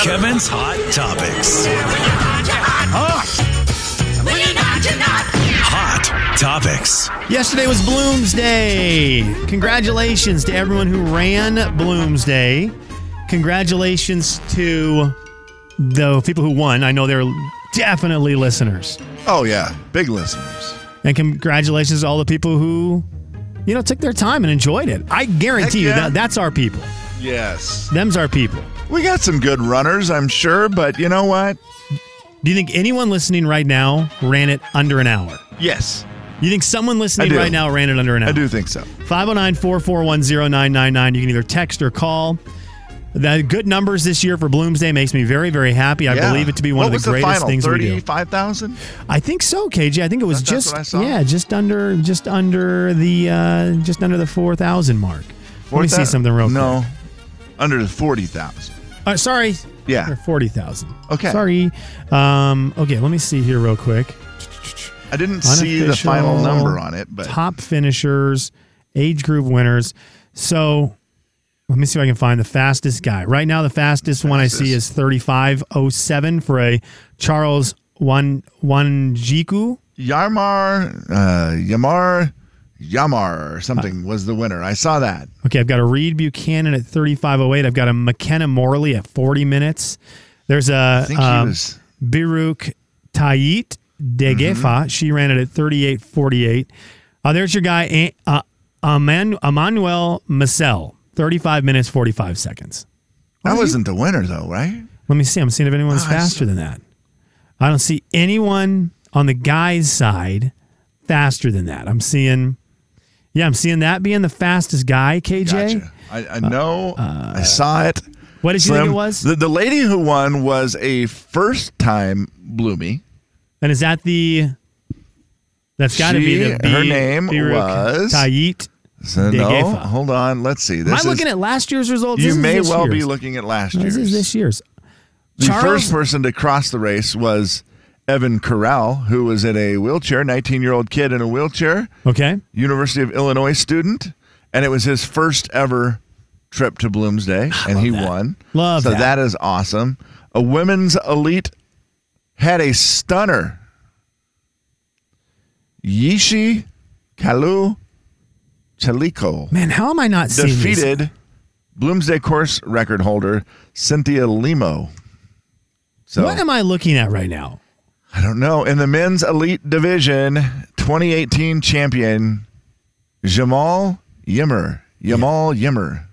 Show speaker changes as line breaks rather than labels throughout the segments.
Kevin's Hot Topics. Hot Topics.
Yesterday was Bloomsday. Congratulations to everyone who ran Bloomsday. Congratulations to the people who won. I know they're definitely listeners.
Oh yeah, big listeners.
And congratulations to all the people who, you know, took their time and enjoyed it. I guarantee
Heck
you
yeah.
that that's our people.
Yes,
Them's our people.
we got some good runners, I'm sure, but you know what?
Do you think anyone listening right now ran it under an hour?
Yes,
You think someone listening
do.
right now ran it under an hour?
I do think so.
509-441-0999. You can either text or call. The good numbers this year for Bloomsday makes me very, very happy. I
Yeah.
believe it to be one
What
of
was
the greatest
final?
things we do.
Thirty-five thousand.
I think so, KJ. I think it was
That- that's
just
what I saw?
yeah, just under, just under the, uh, just under the four thousand mark. Let me see something real
No, under the forty thousand.
quick. Uh, sorry,
Yeah,
or forty thousand.
Okay.
sorry. Um, okay, let me see here real quick.
I didn't see the final
Unofficial
number on it, but
top finishers, age group winners. So let me see if I can find the fastest guy. Right now, the fastest, one I see is 3507 for a Charles Wan Wanjiku.
Yarmar, uh, Yamar, Yamar, or
Uh,
something was the winner. I saw that.
Okay, I've got a Reed Buchanan at 3508. I've got a McKenna Morley at 40 minutes. There's a
I think
um,
he was.
Biruk Tait Degefa.
Mm-hmm.
She ran it at 38.48. Uh, there's your guy, A- uh, Aman- Emmanuel Massel, 35 minutes, 45 seconds.
That wasn't the winner though, right?
Let me see. I'm seeing if anyone's
Ah, I
faster than that. I don't see anyone on the guy's side faster than that. I'm seeing, yeah, I'm seeing that being the fastest guy, KJ.
Gotcha. I, I know. I saw it.
Uh, What did you
Slim,
think it was?
The, the lady who won was a first time Bloomie.
and is that the, that's got to be the
She- her
B-
name
Biruk
was-
Tait.
So
Dig
no,
Efa.
hold on. Let's see.
Am I
This
looking
is,
at last year's results?
you
This is
may
this
well be
year's.
looking at last
No,
year's.
This is this year's.
the
Charles-
first person to cross the race was Evan Corral, who was in a wheelchair, 19 year old kid in a wheelchair,
Okay.
University of Illinois student, and it was his first ever trip to Bloomsday, and he won.
Love
so
that.
that is awesome. A women's elite had a stunner. Yishi Kalu Chaliko
Man, how am I not seeing these?
defeated Bloomsday course record holder Cynthia Limo. So
What am I looking at right now?
I don't know. In the men's elite division, 2018 champion Jamal Yimmer. Jamal Yimmer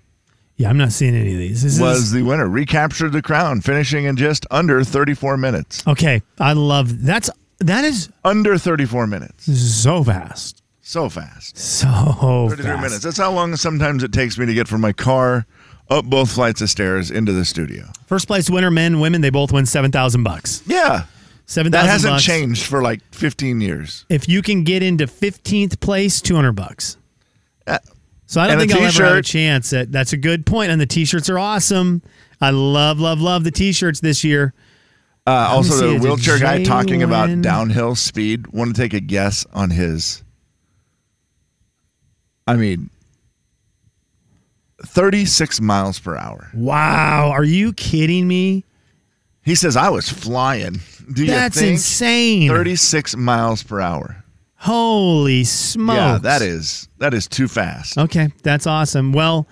Yeah, I'm not seeing any of these. This
was
is
the winner, recaptured the crown, finishing in just under 34 minutes.
okay. I love that's that is
Under 34 minutes.
so fast,
So fast.
so
33
fast.
minutes. That's how long sometimes it takes me to get from my car up both flights of stairs into the studio.
First place winner, men, women, they both win seven thousand bucks.
Yeah.
Seven
That
thousand
hasn't
bucks.
changed for like 15 years.
If you can get into fifteenth place, two hundred bucks.
Uh,
So I don't
and a
think I'll ever have a
t-shirt.
chance. That that's a good point, and the t-shirts are awesome. I love, love, love the t-shirts this year.
Uh, also,
see,
the
did
wheelchair guy
Jay
talking
win?
about downhill speed. Want to take a guess on his? I mean, thirty-six miles per hour.
Wow, are you kidding me?
He says I was flying. Do you
That's
think?
insane.
Thirty-six miles per hour.
Holy smokes. Oh.
Yeah, that is that is too fast.
Okay, that's awesome. Well,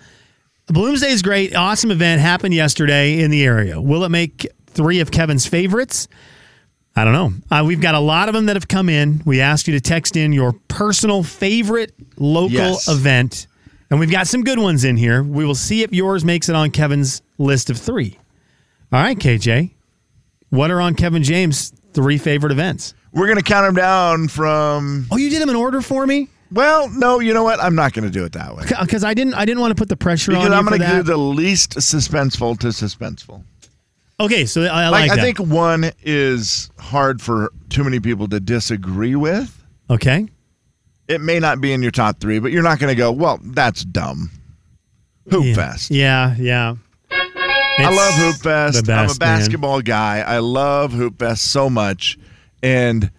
Bloomsday is great. Awesome event happened yesterday in the area. Will it make three of Kevin's favorites? I don't know. Uh, we've got a lot of them that have come in. We asked you to text in your personal favorite local
Yes.
event, and we've got some good ones in here. We will see if yours makes it on Kevin's list of three. All right, KJ, what are on Kevin James' three favorite events?
We're gonna count them down from.
Oh, you did them in order for me
Well, no, you know what? I'm not gonna do it that way
because uh, I didn't. I didn't want to put the pressure
because
on you
I'm
for
gonna
that.
do the least suspenseful to suspenseful.
Okay, so I, I like,
like, I
that.
think one is hard for too many people to disagree with.
okay,
It may not be in your top three, but you're not going to go, well, that's dumb. Hoop
yeah.
Fest.
Yeah, yeah.
I
It's
love Hoop Fest.
the
I'm a
best, man.
basketball guy. I love Hoop Fest so much. And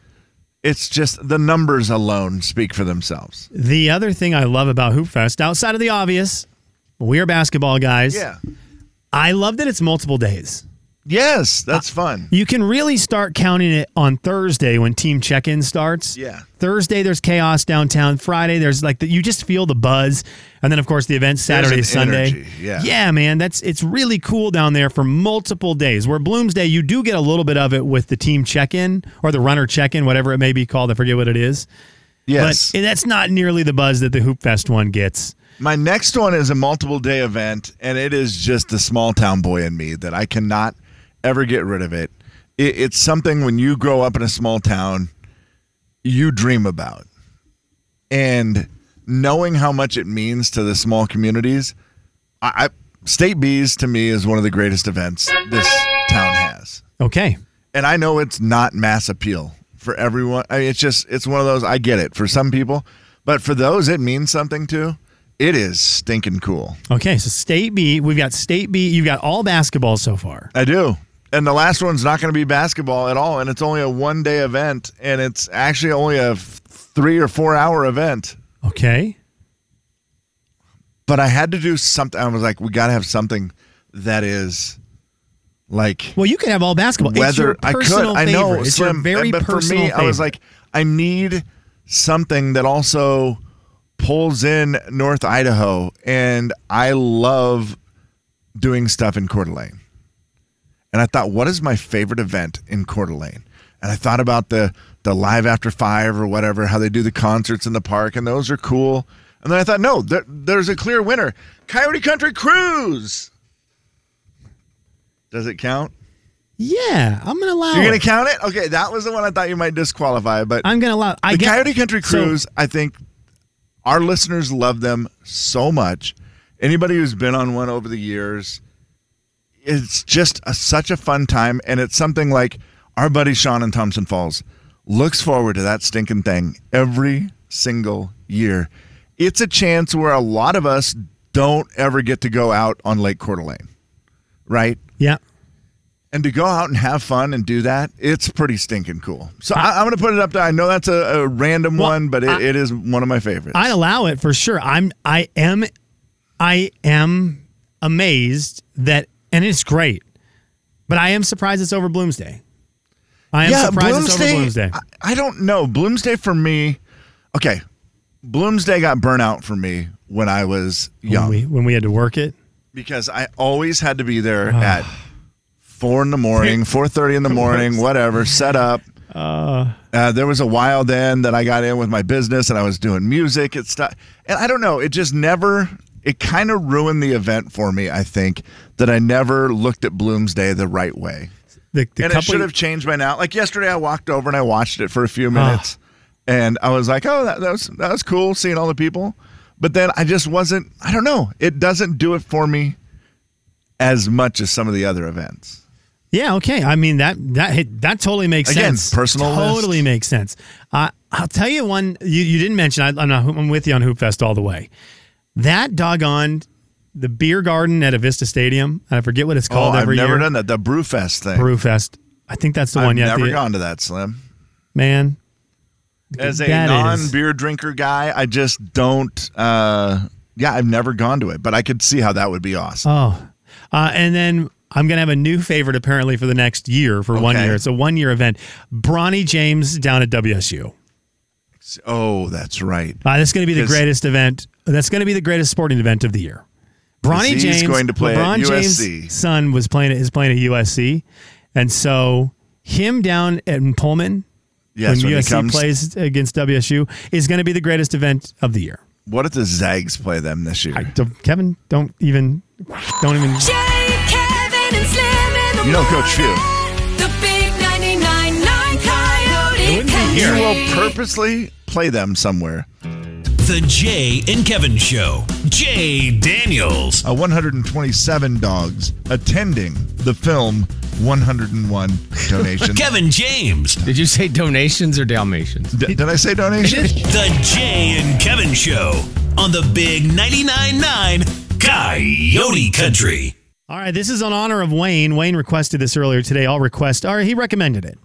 it's just the numbers alone speak for themselves.
The other thing I love about Hoop Fest, outside of the obvious, we are basketball guys.
Yeah.
I love that it's multiple days.
Yes, that's fun.
You can really start counting it on Thursday when team check in starts.
Yeah.
Thursday, there's chaos downtown. Friday, there's like, the, you just feel the buzz. And then, of course, the event Saturday,
an
Sunday.
energy, yeah.
man. That's, it's really cool down there for multiple days. Where Bloomsday, you do get a little bit of it with the team check in or the runner check in, whatever it may be called. I forget what it is.
Yes.
But that's not nearly the buzz that the Hoop Fest one gets.
My next one is a multiple day event, and it is just the small town boy in me that I cannot ever get rid of it. it it's something when you grow up in a small town, you dream about. And knowing how much it means to the small communities, I, I State Bees to me is one of the greatest events this town has.
Okay.
and I know it's not mass appeal for everyone. I mean, it's just it's one of those. I get it for some people, but for those it means something to. It is stinking cool.
Okay. So, State B, we've got State B. You've got all basketball so far.
I do. And the last one's not going to be basketball at all, and it's only a one day event, and it's actually only a f- three or four hour event.
Okay.
But I had to do something. I was like, we got to have something that is like
Well, you could have all basketball. it's your
whether I could.
personal
I know
favorite. It's your
Slim,
very
but for
personal
me, I was
favorite.
like, I need something that also pulls in North Idaho, and I love doing stuff in Coeur d'Alene. And I thought, what is my favorite event in Coeur d'Alene? And I thought about the the live after five or whatever, how they do the concerts in the park, and those are cool. And then I thought, no, there, there's a clear winner: Coyote Country Cruise. Does it count?
yeah, I'm gonna allow.
You're
it.
gonna count it? Okay, that was the one I thought you might disqualify, but
I'm gonna allow. It. I
the
get-
Coyote Country
so-
Cruise, I think our listeners love them so much. Anybody who's been on one over the years, it's just a, such a fun time, and it's something like our buddy Sean in Thompson Falls looks forward to that stinking thing every single year. It's a chance where a lot of us don't ever get to go out on Lake Coeur d'Alene, right?
yeah.
and to go out and have fun and do that, it's pretty stinking cool. So I, I'm going to put it up there. I know that's a, a random
Well,
one, but it,
I-
it is one of my favorites.
I allow it for sure. I'm. I am. I am amazed that, and it's great, but I am surprised it's over Bloomsday. I am surprised it's over Bloomsday.
I, I don't know. Bloomsday for me, okay. Bloomsday got burnout for me when I was
when
young
we when we had to work it.
because I always had to be there at four in the morning, four thirty in the morning, whatever. Set up. Uh, there was a while then that I got in with my business and I was doing music and stuff. And I don't know, it just never. It kind of ruined the event for me. I think that I never looked at Bloomsday the right way,
The, the
and it
couple
should have changed by now. Like yesterday, I walked over and I watched it for a
Ah.
few minutes, and I was like, "Oh, that, that was that was cool seeing all the people," but then I just wasn't. I don't know. It doesn't do it for me as much as some of the other events.
Yeah, okay. I mean that that hit, that totally makes
Again,
sense.
personal
totally
list.
makes sense. Uh, I'll tell you one you, you didn't mention. I, I'm, not, I'm with you on Hoop Fest all the way. That doggone the beer garden at Avista Stadium. I forget what it's
Oh,
called
I've
every
never
year.
done that. The Brewfest thing.
Brew Fest. I think that's the
I've
one. You have
never
to-
gone to that, Slim.
man.
As a
That is-
non-beer drinker guy, I just don't. uh Yeah, I've never gone to it, but I could see how that would be awesome.
Oh, uh, and then I'm gonna have a new favorite apparently for the next year for one
Okay.
year. It's a one year event. Bronny James down at WSU.
oh, that's right.
Uh, that's going to be the
Because-
greatest event. That's going to be the greatest sporting event of the year. Bronny
he's
James
going to play at
LeBron
USC.
James' son was playing at, is playing at USC, and so him down at Pullman
Yes,
when,
when he
USC
comes-
plays against WSU is going to be the greatest event of the year.
What if the Zags play them this year?
Don't- Kevin, don't even, don't even.
Jay, Kevin, and Slim in the
You know Coach Few.
morning. The big 99.9 Coyote
wouldn't be
Country.
here.
You will purposely play them somewhere.
The Jay and Kevin Show. Jay Daniels.
Uh, 127 dogs attending the film 101 Donation.
Kevin James.
Did you say donations or Dalmatians?
D- did I say donation?
The Jay and Kevin Show on the Big 99.9 9 Coyote Country.
All right, this is in honor of Wayne. Wayne requested this earlier today. I'll request. All right, he recommended it.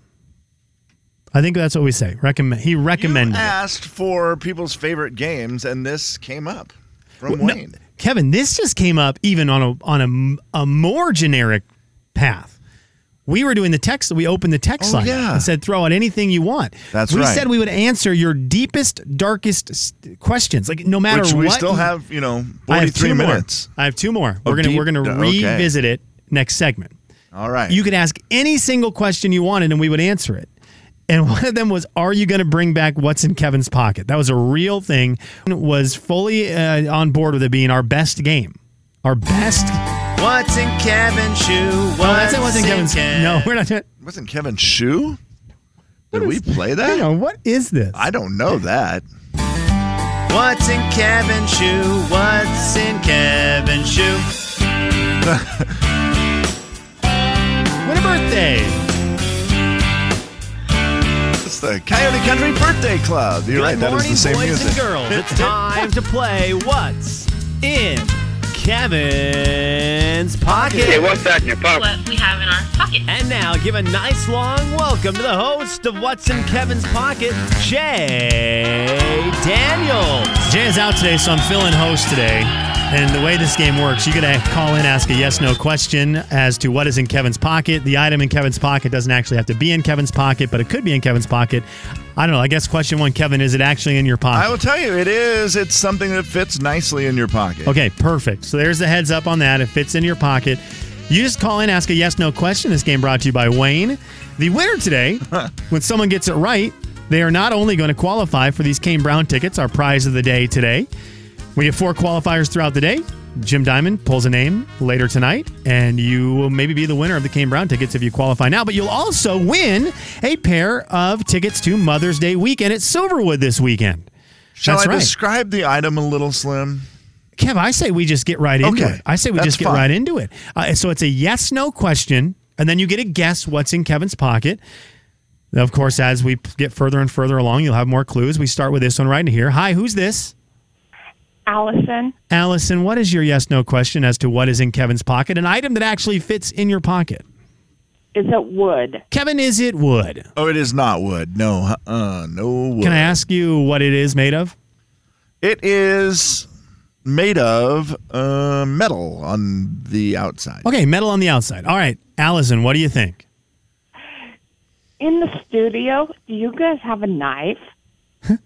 I think that's what we say. Recommend. He
You
recommended. it.
asked for people's favorite games, and this came up from
No,
Wayne.
Kevin, this just came up even on a on a m- a, more generic path. We were doing the text. We opened the text
Oh,
line
yeah.
and said, "Throw out anything you want."
That's
we
right.
said we would answer your deepest, darkest s- questions, like no matter
Which
what.
we still
you-
have, you know,
I have
43
two more.
minutes. Oh,
I have two more. We're gonna
deep-
we're gonna
okay.
revisit it next segment.
All right.
You could ask any single question you wanted, and we would answer it. And one of them was, "Are you going to bring back what's in Kevin's pocket?" That was a real thing. Was fully uh, on board with it being our best game, our best.
What's in Kevin's shoe? What's
Well, Oh, that's it wasn't Kevin's. No, we're not.
Wasn't Kevin Shu? Did we play that?
Hang on, what is this?
I don't know that.
What's in Kevin's shoe? What's in Kevin's shoe?
What a birthday!
It's the Coyote Country Birthday Club. You're right.
Good
That is
morning,
the same
boys and
music.
girls. It's time to play What's in Kevin's Pocket.
Hey, what's that in your pocket?
what we have in our pocket.
And now give a nice long welcome to the host of What's in Kevin's Pocket, Jay Daniels.
Jay is out today, so I'm filling host today. And the way this game works, you got to call in, ask a yes/no question as to what is in Kevin's pocket. The item in Kevin's pocket doesn't actually have to be in Kevin's pocket, but it could be in Kevin's pocket. I don't know. I guess question one, Kevin, is it actually in your
I
pocket?
will tell you, it is. It's something that fits nicely in your pocket.
Okay, perfect. So there's the heads up on that. It fits in your pocket. You just call in, ask a yes/no question. This game brought to you by Wayne. The winner today, when someone gets it right, they are not only going to qualify for these Kane Brown tickets, our prize of the day today. We have four qualifiers throughout the day. Jim Diamond pulls a name later tonight, and you will maybe be the winner of the Kane Brown tickets if you qualify now. But you'll also win a pair of tickets to Mother's Day weekend at Silverwood this weekend.
Shall
That's
I
right.
describe the item a little, Slim?
Kev, I say we just get right into
Okay.
it. I say we
That's
just get
fine.
right into it. Uh, so it's a yes no question, and then you get a guess what's in Kevin's pocket. And Of course, as we p- get further and further along, you'll have more clues. We start with this one right here. Hi, who's this?
Allison,
Allison, what is your yes no question as to what is in Kevin's pocket? An item that actually fits in your pocket.
is it wood?
Kevin, is it wood?
Oh, it is not wood. No, uh, no wood.
Can I ask you what it is made of?
It is made of uh, metal on the outside.
Okay, metal on the outside. All right, Allison, what do you think?
In the studio, do you guys have a knife?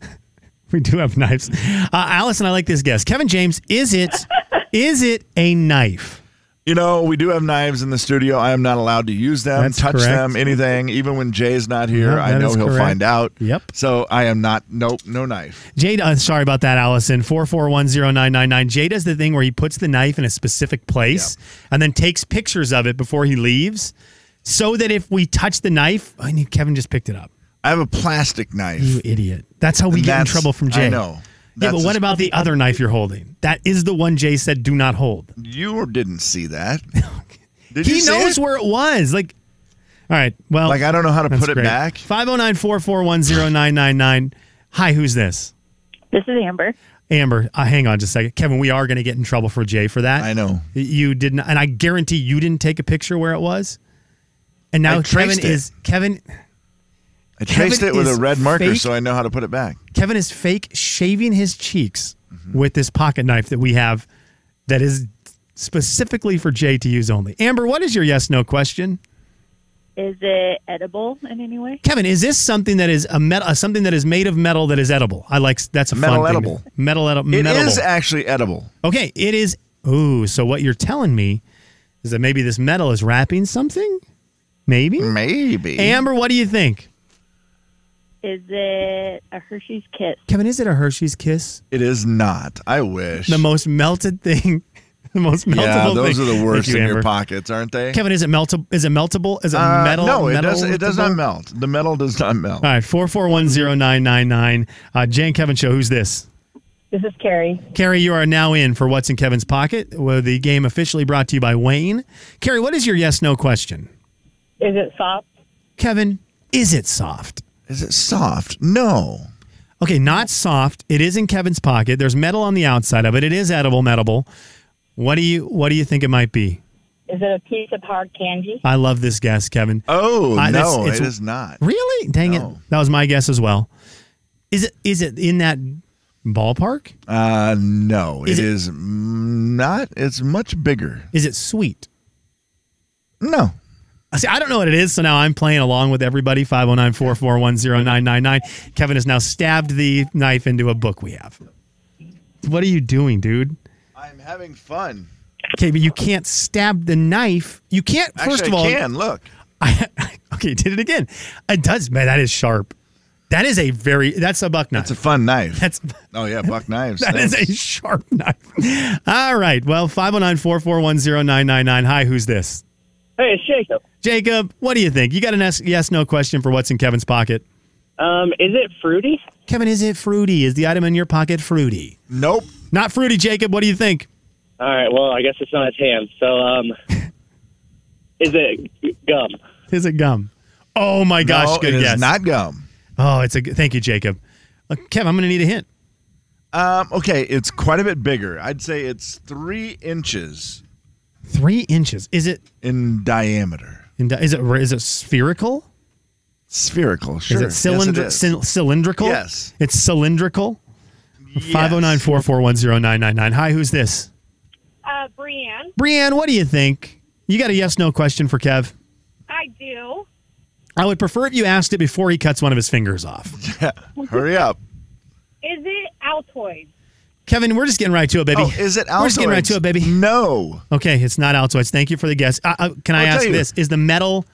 We do have knives. Uh, Allison, I like this guess. Kevin James, is it is it a knife?
You know, we do have knives in the studio. I am not allowed to use them,
That's
touch
correct.
them, anything. Even when Jay's not here,
No,
I
that
know
is
he'll
correct.
find out.
Yep.
So I am not. Nope. No knife.
Jade, uh, sorry about that, Allison. Four four one zero nine nine nine. Jade does the thing where he puts the knife in a specific place and then takes pictures of it before he leaves, so that if we touch the knife, I knew Kevin just picked it up.
I have a plastic knife.
You idiot! That's how we get in
That's-
trouble from
I
Jay.
know.
Yeah,
That's
but what
as-
about the other knife you're holding? That is the one Jay said do not hold.
You didn't see that. Did you
he
see
knows
it?
where it was. Like, all right. Well,
Like, I don't know how to
that's
put it
great.
back.
509-441-0999. Hi, who's this?
This is Amber.
Amber, uh, hang on just a second. Kevin, we are going to get in trouble for Jay for that.
I know.
You didn't, and I guarantee you didn't take a picture where it was. And now
I
Kevin
traced
is
it.
Kevin.
I traced
Kevin
it with a
is
red marker
fake.
so I know how to put it back.
Kevin is fake shaving his cheeks
Mm-hmm.
with this pocket knife that we have, that is specifically for Jay to use only. Amber, what is your yes no question?
Is it edible in any way?
Kevin, is this something that is a met- uh, something that is made of metal that is edible? I like that's a
Metal
fun thing.
edible.
Metal edible.
It is
metal.
actually edible.
okay, it is. Ooh, so what you're telling me is that maybe this metal is wrapping something? Maybe.
Maybe.
Amber, what do you think?
Is it a Hershey's kiss?
Kevin, is it a Hershey's Kiss?
it is not. I wish.
The most melted thing. The most meltable
yeah, those
thing.
are the
Thank
worst
you,
in
Amber.
your pockets, aren't they?
Kevin, is it meltable? Is it meltable? Is it
Uh,
metal?
No, it
metal
does. It does
meltable?
not melt. The metal does not melt.
All right, four four one zero nine nine nine. Uh, Jane Kevin show. Who's this?
This is Carrie.
Carrie, you are now in for What's in Kevin's Pocket, where the game officially brought to you by Wayne. Carrie, what is your yes no question?
Is it soft?
Kevin, is it soft?
Is it soft? No.
Okay, not soft. It is in Kevin's pocket. There's metal on the outside of it. It is edible, metable. What do you what do you think it might be?
Is it a piece of hard candy?
I love this guess, Kevin.
Oh
Uh, that's-
no,
it's-
it is not.
Really? Dang
No.
it. That was my guess as well. Is it is it in that ballpark?
Uh, no,
Is
it
it-
is mm, not. It's much bigger.
Is it sweet?
No,
See, I don't know what it is, so now I'm playing along with everybody. 509 441 999. Kevin has now stabbed the knife into a book we have. What are you doing, dude?
I'm having fun.
Okay, but you can't stab the knife. You can't, first
Actually,
of all.
I can look.
I, okay, did it again. It does, man. That is sharp. That is a very. That's a buck knife.
It's a fun knife.
That's
oh yeah, buck knives.
that is a sharp knife. All right. Well, 509-441-0999. Hi, who's this?
Hey, it's Jacob.
Jacob, what do you think? You got an yes, yes no question for what's in Kevin's pocket.
Um, is it fruity?
Kevin, is it fruity? Is the item in your pocket fruity?
nope.
Not fruity, Jacob. What do you think?
All right. Well, I guess it's not a ham. So, um, is it gum?
Is it gum? Oh my gosh,
no,
good
it is
guess.
not gum.
oh, it's a good- thank you, Jacob. Uh, Kevin, I'm going to need a hint.
Um, okay, it's quite a bit bigger. I'd say it's three inches
Three inches. Is it?
in diameter.
in- Is it? Is it spherical?
Spherical, sure.
Is it, cylindri-
Yes, it is.
cyl- cylindrical?
Yes.
It's cylindrical. 509 441 999. Hi, who's this?
Uh, Brienne,
Brianne, what do you think? You got a yes no question for Kev.
I do.
I would prefer if you asked it before he cuts one of his fingers off.
Hurry up.
Is it Altoids?
Kevin, we're just getting right to it, baby.
Oh, is it Altoids?
We're just getting right to it, baby.
No.
Okay, it's not Altoids. Thank you for the guess. Uh, uh, can I
I'll tell
ask
you.
this? Is the metal,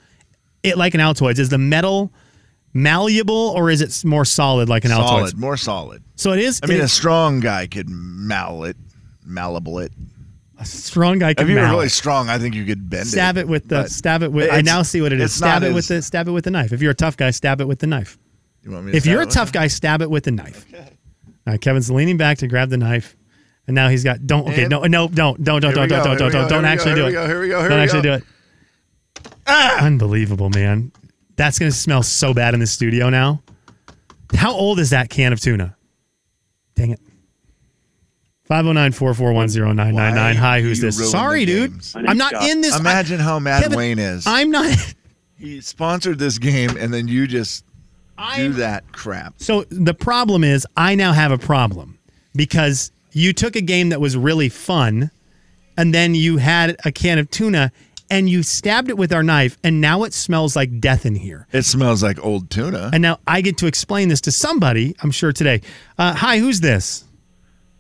it like an Altoids, is the metal malleable or is it s- more solid like an
Solid,
Altoids?
more solid.
So it is.
I mean,
it
a
is
strong guy could mallet, malleable it.
a strong guy can
If you were
mallet.
really strong, I think you could bend
stab it with the
but
stab it with. I
it's-
now see what it is.
it's
Stab
not
it with
as-
the stab it with the knife. If you're a tough guy, stab it with the knife.
You want me to
If
stab
you're a
it with
tough
it?
guy, stab it with the knife. All right, Kevin's leaning back to grab the knife, and now he's got don't. Okay,
And-
no, no, don't, don't, don't, don't, don't, don't,
Here we go,
don't,
here we go,
don't, don't
here we
actually
go,
do
here
it.
we go, here we go, here
Don't
we
actually do
go. Ah!
it. Unbelievable, man. That's gonna smell so bad in the studio now. How old is that can of tuna? Dang it. 509-441-0999.
Why
Hi, who's
you ruin
this? Sorry,
the
dude.
games?
I'm not in this. I-
Imagine how mad
Kevin,
Wayne is.
I'm not.
he sponsored this game, and then you just do
I'm-
that crap.
So the problem is, I now have a problem because you took a game that was really fun, and then you had a can of tuna and you stabbed it with our knife, and now it smells like death in here.
It smells like old tuna.
And now I get to explain this to somebody, I'm sure today. Uh, hi, who's this?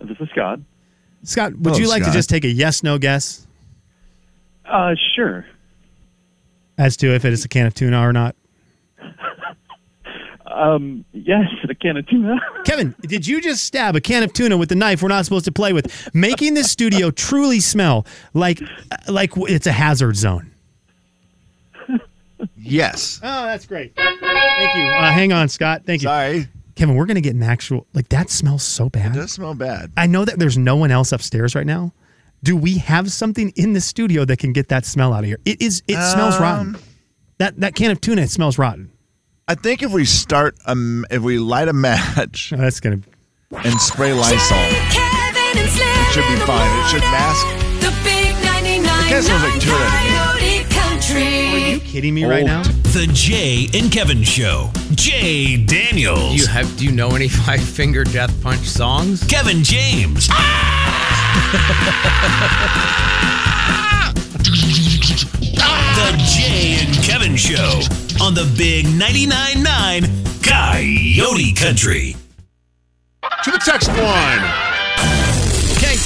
This is Scott.
Scott, would
Hello,
you like
Scott.
to just take a yes no guess
Uh, sure.
as to if it is a can of tuna or not?
Yes, the can of tuna.
Kevin, did you just stab a can of tuna with the knife we're not supposed to play with, making this studio truly smell like like it's a hazard zone?
yes.
Oh, that's great. Thank you. Uh, hang on, Scott. Thank you.
Sorry.
Kevin, we're going to get an actual, like, that smells so bad.
It does smell bad.
I know that there's no one else upstairs right now. Do we have something in the studio that can get that smell out of here? It is, it smells
Um,
rotten. That that can of tuna, it smells rotten.
I think if we start a, m- if we light a match
Oh, that's going to,
and spray Lysol,
Jay, Kevin, and Slim it
should be fine. It should mask-
The big 99
kinda sounds like tuna to me.
Coyote Country.
are you kidding me right
Old.
now?
The Jay and Kevin Show. Jay Daniels.
Do you have? Do you know any Five Finger Death Punch songs?
Kevin James. Ah! the Jay and Kevin Show on the Big 99.9 9 Coyote Country.
To the text line.
Okay.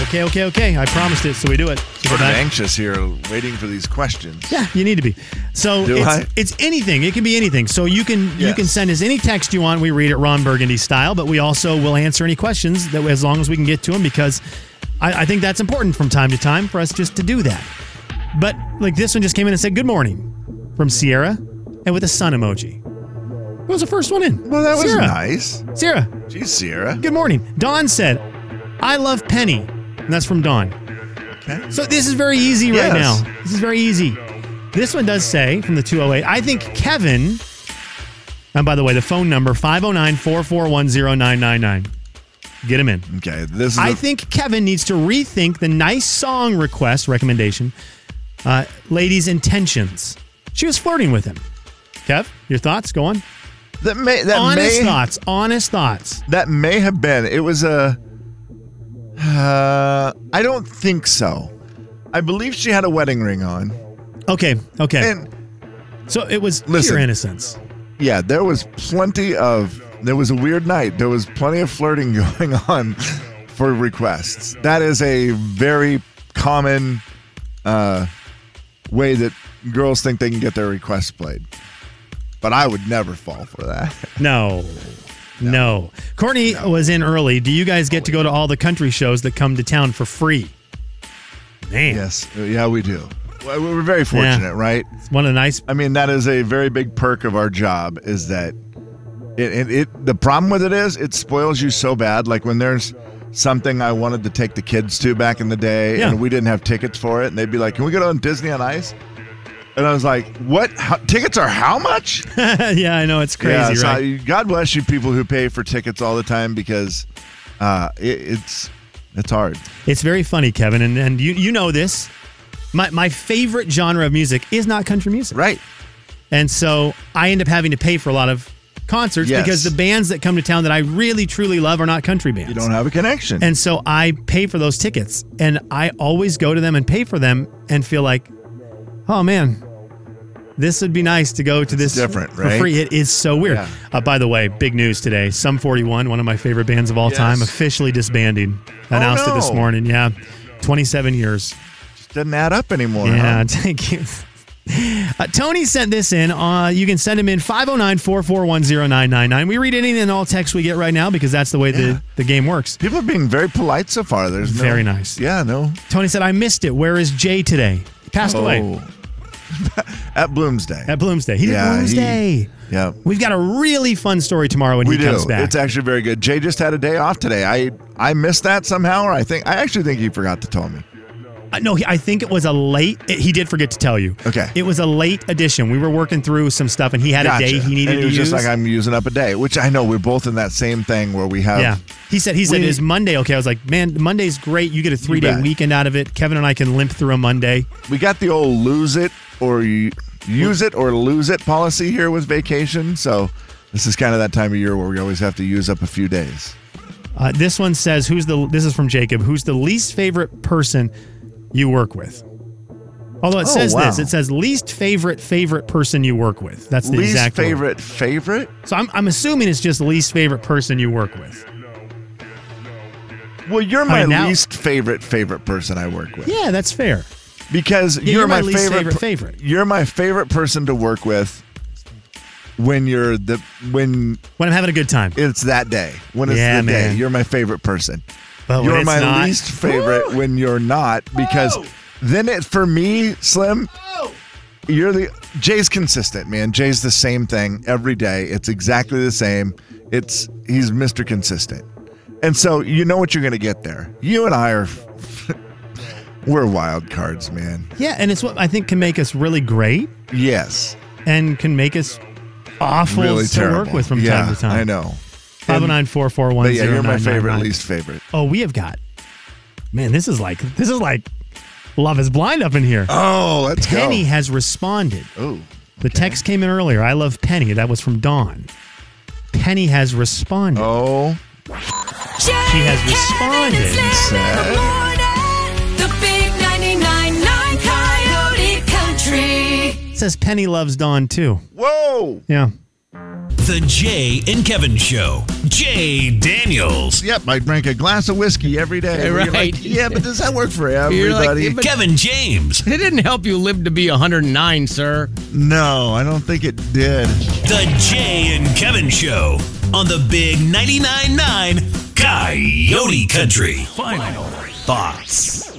Okay, okay, okay. I promised it, so we do it. So we're
sort of
back.
anxious here, waiting for these questions.
Yeah, you need to be. So
Do
it's,
I?
it's anything. It can be anything. So you can you
Yes.
can send us any text you want. We read it Ron Burgundy style, but we also will answer any questions that as long as we can get to them because I, I think that's important from time to time for us just to do that. But like this one just came in and said good morning from Sierra and with a sun emoji. That was the first one in.
Well, that was
Sierra.
nice.
Sierra,
Geez, Sierra.
Good morning. Don said, I love Penny. And that's from Don. So this is very easy right
Yes.
now. This is very easy. This one does say from the 208, I think Kevin, and by the way, the phone number 509 441 0999. Get him in.
Okay, this is.
I
a-
think Kevin needs to rethink the nice song request recommendation, uh, Lady's Intentions. She was flirting with him. Kev, your thoughts? Go on.
that may that
honest
may
thoughts. Honest thoughts.
that may have been. It was a. Uh, I don't think so. I believe she had a wedding ring on,
Okay. Okay.
and
So it was
Listen.
pure innocence.
Yeah, there was plenty of. There was a weird night. There was plenty of flirting going on for requests. That is a very common uh, way that girls think they can get their requests played. But I would never fall for that.
No. No. Courtney was in early. Do you guys get to go to all the country shows that come to town for free? Man.
Yes. Yeah, we do. Well, We're very fortunate, right?
It's one of the nice.
I mean, that is a very big perk of our job is that it, it, it the problem with it is it spoils you so bad. Like when there's something I wanted to take the kids to back in the day
Yeah.
and we didn't have tickets for it and they'd be like, "Can we go to Disney on Ice?" And I was like, "What? How, tickets are how much?"
yeah, I know. It's crazy,
yeah, so
right?
I- God bless you people who pay for tickets all the time because uh, it, it's it's hard.
It's very funny, Kevin, and, and you you know this. My my favorite genre of music is not country music.
Right.
And so I end up having to pay for a lot of concerts
Yes.
because the bands that come to town that I really truly love are not country bands.
You don't have a connection.
and so I pay for those tickets and I always go to them and pay for them and feel like, oh man, this would be nice to go to this
different,
for
right?
free. It is so weird.
Yeah.
Uh, by the way, big news today. Sum 41, one of my favorite bands of all
Yes. Oh,
time, officially disbanding. Announced it this
no.
morning. Yeah. 27 years.
it doesn't add up anymore. huh?
Yeah, thank you. Uh, Tony sent this in. Uh, you can send him in 509 441 0999. We read any and all text we get right now because that's the way the, the game works.
People are being very polite so far. There's no-
Very nice.
Yeah, no.
Tony said, I missed it. Where is Jay today? He
Oh.
passed away
At Bloomsday.
at Bloomsday. He did
Yeah, he-
Bloomsday.
yeah.
We've got a really fun story tomorrow when
We
he
do.
comes back.
It's actually very good. Jay just had a day off today. I I missed that somehow, or I think I actually think he forgot to tell me.
Uh, no, he, I think it was a late. it- he did forget to tell you.
Okay.
It was a late edition. We were working through some stuff and he had
Gotcha.
a day he needed
and he
to
was
use.
just like, I'm using up a day, which I know we're both in that same thing where we have.
Yeah. He said, he said,
uh, We-
is Monday okay? I was like, man, Monday's great. You get a three day
bet.
weekend out of it. Kevin and I can limp through a Monday.
We got the old lose it or you use it or lose it policy here with vacation. So this is kind of that time of year where we always have to use up a few days.
Uh, this one says, who's the, this is from Jacob, who's the least favorite person you work with? Although it
Oh,
says
wow.
this, it says least favorite, favorite person you work with. That's the
Least
exact word.
favorite favorite?
So I'm, I'm assuming it's just least favorite person you work with.
Well, you're
I
my
mean, now-
least favorite favorite person I work with.
Yeah, that's fair.
because
Yeah,
you're,
you're my
my,
least
favorite,
favorite
per-
favorite.
You're my favorite person to work with when you're the when
When I'm having a good time.
it's that day. When it's
Yeah,
the
man.
day, you're my favorite person.
But when
you're
it's
my
not-
least favorite when you're not because then it for me, Slim, you're the Jay's consistent, man. Jay's the same thing every day. It's exactly the same. It's he's Mr. Consistent. And so you know what you're going to get there. You and I are we're wild cards, man.
Yeah, and it's what I think can make us really great
Yes.
and can make us awful
really
to
terrible.
work with from
yeah,
time to time.
I know.
Five zero nine four four one
But yeah,
zero
you're my
nine
favorite,
nine nine.
least favorite.
Oh, we have got. Man, this is like this is like Love is Blind up in here.
Oh, let's
Penny has responded.
go. Oh,
The text came in earlier. I love Penny. That was from Dawn. Penny has responded.
oh,
She has responded.
Sad.
The big 99.9 Coyote Country.
It says Penny loves Dawn too.
whoa.
Yeah.
The Jay and Kevin Show. Jay Daniels.
Yep, I drink a glass of whiskey every day. You're like,
Right.
yeah, but does that work for
You're like,
everybody?
yeah, but-
Kevin James.
It didn't help you live to be 109, sir.
no, I don't think it did.
The Jay and Kevin Show on the Big 99.9 Coyote Country. Final thoughts.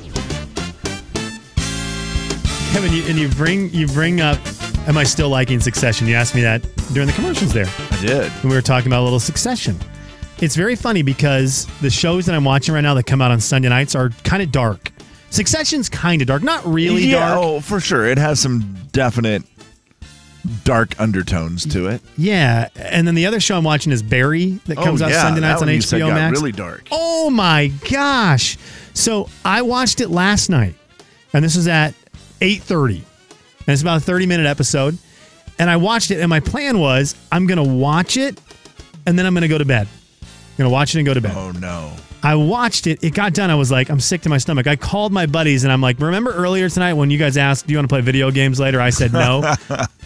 Kevin, you, and you bring you bring up. Am I still liking Succession? You asked me that during the commercials there.
I did.
and we were talking about a little succession. It's very funny because the shows that I'm watching right now that come out on Sunday nights are kind of dark. Succession's kind of dark, not really
yeah,
dark.
oh, for sure. It has some definite dark undertones to it.
Yeah, and then the other show I'm watching is Barry that comes
oh,
out
yeah,
Sunday
that
nights on
one
HBO
you said got
Max.
Really dark.
Oh my gosh! So I watched it last night, and this was at 8:30, and it's about a 30 minute episode. And I watched it, and my plan was I'm gonna watch it, and then I'm gonna go to bed. I'm gonna watch it and go to bed.
Oh no.
I watched it. It got done. I was like, I'm sick to my stomach. I called my buddies and I'm like, remember earlier tonight when you guys asked, do you want to play video games later? I said, no.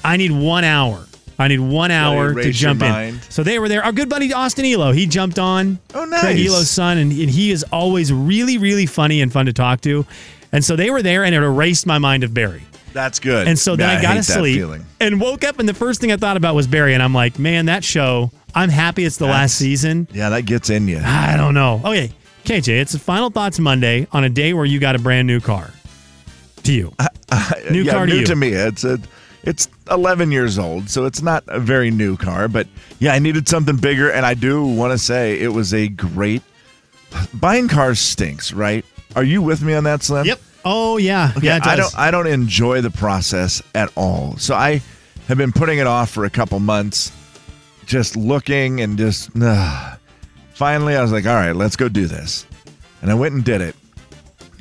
I need one hour. I need one hour
erase
to
your
jump in.
mind.
So they were there. Our good buddy Austin Elo, he jumped on.
Oh, nice.
Craig Elo's son, and, and he is always really, really funny and fun to talk to. And so they were there, and it erased my mind of Barry.
That's good.
And so then
Yeah,
I got
hate that
asleep
feeling.
and woke up, and the first thing I thought about was Barry. And I'm like, man, that show. I'm happy it's the last season.
Yeah, that gets in you.
I don't know. Okay, KJ, it's Final Thoughts Monday on a day where you got a brand new car. To you,
Uh,
new
yeah,
car to
new
you.
to me. It's a, it's 11 years old, so it's not a very new car. But yeah, I needed something bigger, and I do want to say it was a great. Buying cars stinks, right? Are you with me on that, Slim?
Yep. Oh yeah.
Okay,
yeah. It does.
I don't I don't enjoy the process at all. So I have been putting it off for a couple months, just looking and just ugh. finally I was like, all right, let's go do this. And I went and did it.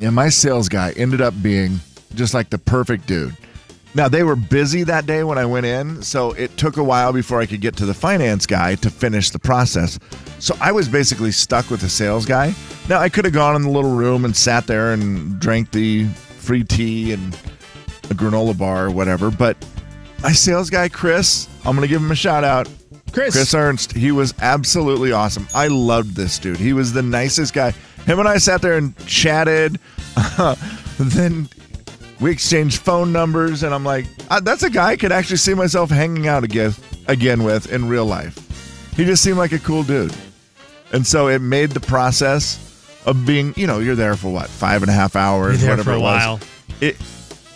And my sales guy ended up being just like the perfect dude. Now they were busy that day when I went in, so it took a while before I could get to the finance guy to finish the process. So I was basically stuck with the sales guy. Now I could have gone in the little room and sat there and drank the free tea and a granola bar or whatever, but my sales guy Chris, I'm going to give him a shout out.
Chris.
Chris Ernst, he was absolutely awesome. I loved this dude. He was the nicest guy. Him and I sat there and chatted. then we exchanged phone numbers, and I'm like, "Ah, that's a guy I could actually see myself hanging out again, again with in real life. He just seemed like a cool dude. And so it made the process of being, you know, you're there for what, five and a half hours,
You're there for
whatever
a
it was.
while.
It,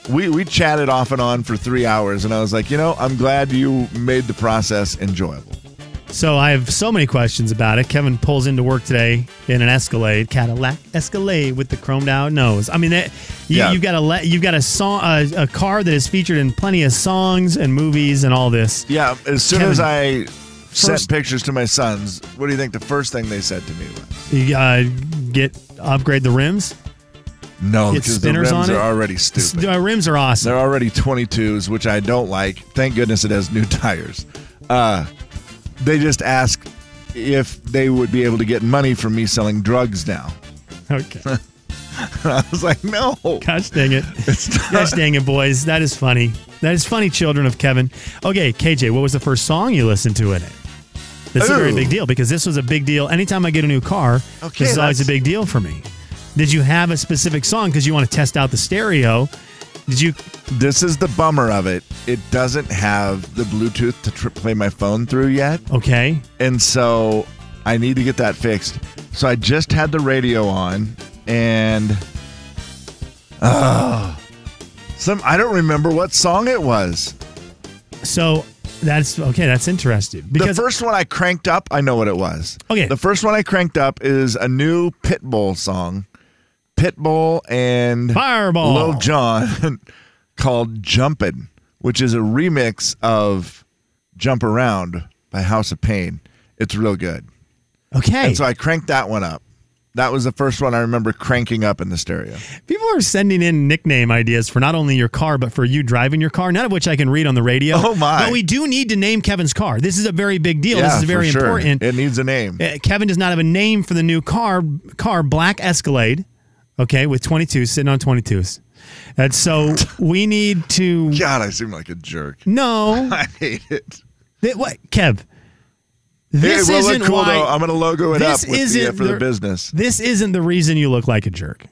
we, we chatted off and on for three hours, and I was like, you know, I'm glad you made the process enjoyable.
So I have so many questions about it. Kevin pulls into work today in an Escalade, Cadillac Escalade with the chromed out nose. I mean, that, you,
Yeah.
you've got a le- you've got a song, a, a car that is featured in plenty of songs and movies and all this.
Yeah, as soon
Kevin,
as I
first-
sent pictures to my sons, what do you think the first thing they said to me was?
You uh, get upgrade the rims.
No,
Get
because the
spinners
rims
on it?
are already stupid.
S- uh, rims are awesome.
They're already 22s, which I don't like. Thank goodness it has new tires. Uh, they just asked if they would be able to get money from me selling drugs now.
Okay.
I was like, no.
Gosh dang it.
It's
Gosh dang it, boys. That is funny. That is funny, children of Kevin. Okay, KJ, what was the first song you listened to in it? This is a very
Ooh.
big deal because this was a big deal. Anytime I get a new car,
Okay,
this is always a
that's-
big deal for me. Did you have a specific song because you want to test out the stereo? Did you?
This is the bummer of it. It doesn't have the Bluetooth to tr- play my phone through yet.
Okay.
And so I need to get that fixed. So I just had the radio on and Ugh. some I don't remember what song it was.
So that's okay. That's interesting because
the first one I cranked up, I know what it was.
Okay.
The first one I cranked up is a new Pitbull song. Pitbull and
Fireball.
Lil Jon called Jumpin', which is a remix of Jump Around by House of Pain. It's real good.
okay,
And so I cranked that one up. That was the first one I remember cranking up in the stereo.
people are sending in nickname ideas for not only your car but for you driving your car. None of which I can read on the radio.
Oh, my.
But we do need to name Kevin's car. This is a very big deal. this is
for
very
sure.
important.
It needs a name.
Uh, Kevin does not have a name for the new car car black Escalade, okay, with 22s sitting on 22s. And so we need to
God, I seem like a jerk.
no,
I hate it.
Th- what Kev? This
it will
isn't
look cool
why
though. I'm going to logo it up
this
with the, uh,
isn't
for the business.
This isn't the reason you look like a jerk.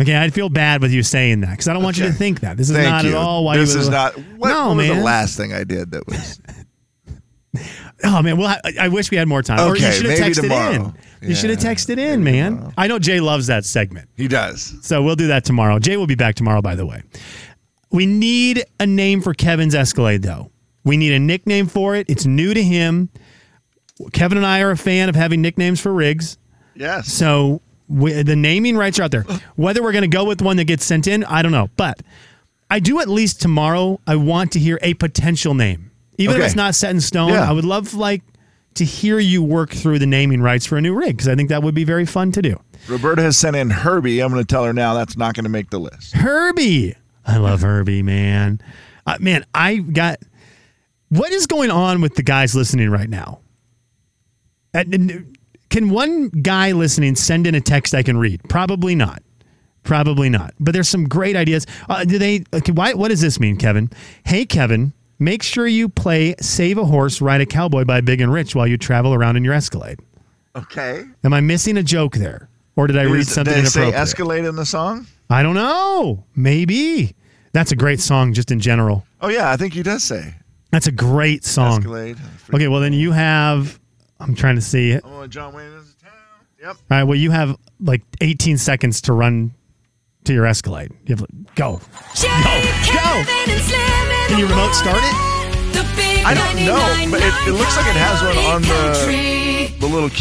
okay, I'd feel bad with you saying that because I don't want you to
Okay.
think that. This is
Thank
not
you.
at all why
this
you would
is
look-
not. What,
no,
what was
man.
the last thing I did that was?
Oh man, well, I, I wish we had more time. or you
Okay,
should have
maybe
texted
tomorrow.
in. You should have
Yeah,
texted in, man. I know Jay loves that segment.
He does.
So we'll do that tomorrow. Jay will be back tomorrow, by the way. We need a name for Kevin's Escalade, though. We need a nickname for it. It's new to him. Kevin and I are a fan of having nicknames for rigs.
Yes.
So we, the naming rights are out there. Whether we're going to go with one that gets sent in, I don't know. But I do at least tomorrow, I want to hear a potential name. Even if
Okay.
it's not set in stone,
Yeah.
I would love like to hear you work through the naming rights for a new rig because I think that would be very fun to do.
Roberta has sent in Herbie. I'm going to tell her now that's not going to make the list.
Herbie. I love Herbie, man. Uh, man, I got. What is going on with the guys listening right now? At- n- Can one guy listening send in a text I can read? Probably not. Probably not. But there's some great ideas. Uh, do they? Okay, why? What does this mean, Kevin? Hey, Kevin. Make sure you play "Save a Horse, Ride a Cowboy" by Big and Rich while you travel around in your Escalade.
Okay.
Am I missing a joke there, or did I read
Is-
something
did it say
inappropriate?
escalate in the song?
I don't know. Maybe that's a great song, just in general.
Oh yeah, I think he does say
That's a great song.
escalate.
Okay, well then you have. I'm trying to see. All
Oh, John Wayne is a town. Yep.
right, well you have like 18 seconds to run to your Escalade. You have go.
Go.
Can your remote start it?
The big
I don't know, but it, it looks like it has one on the
country.
the little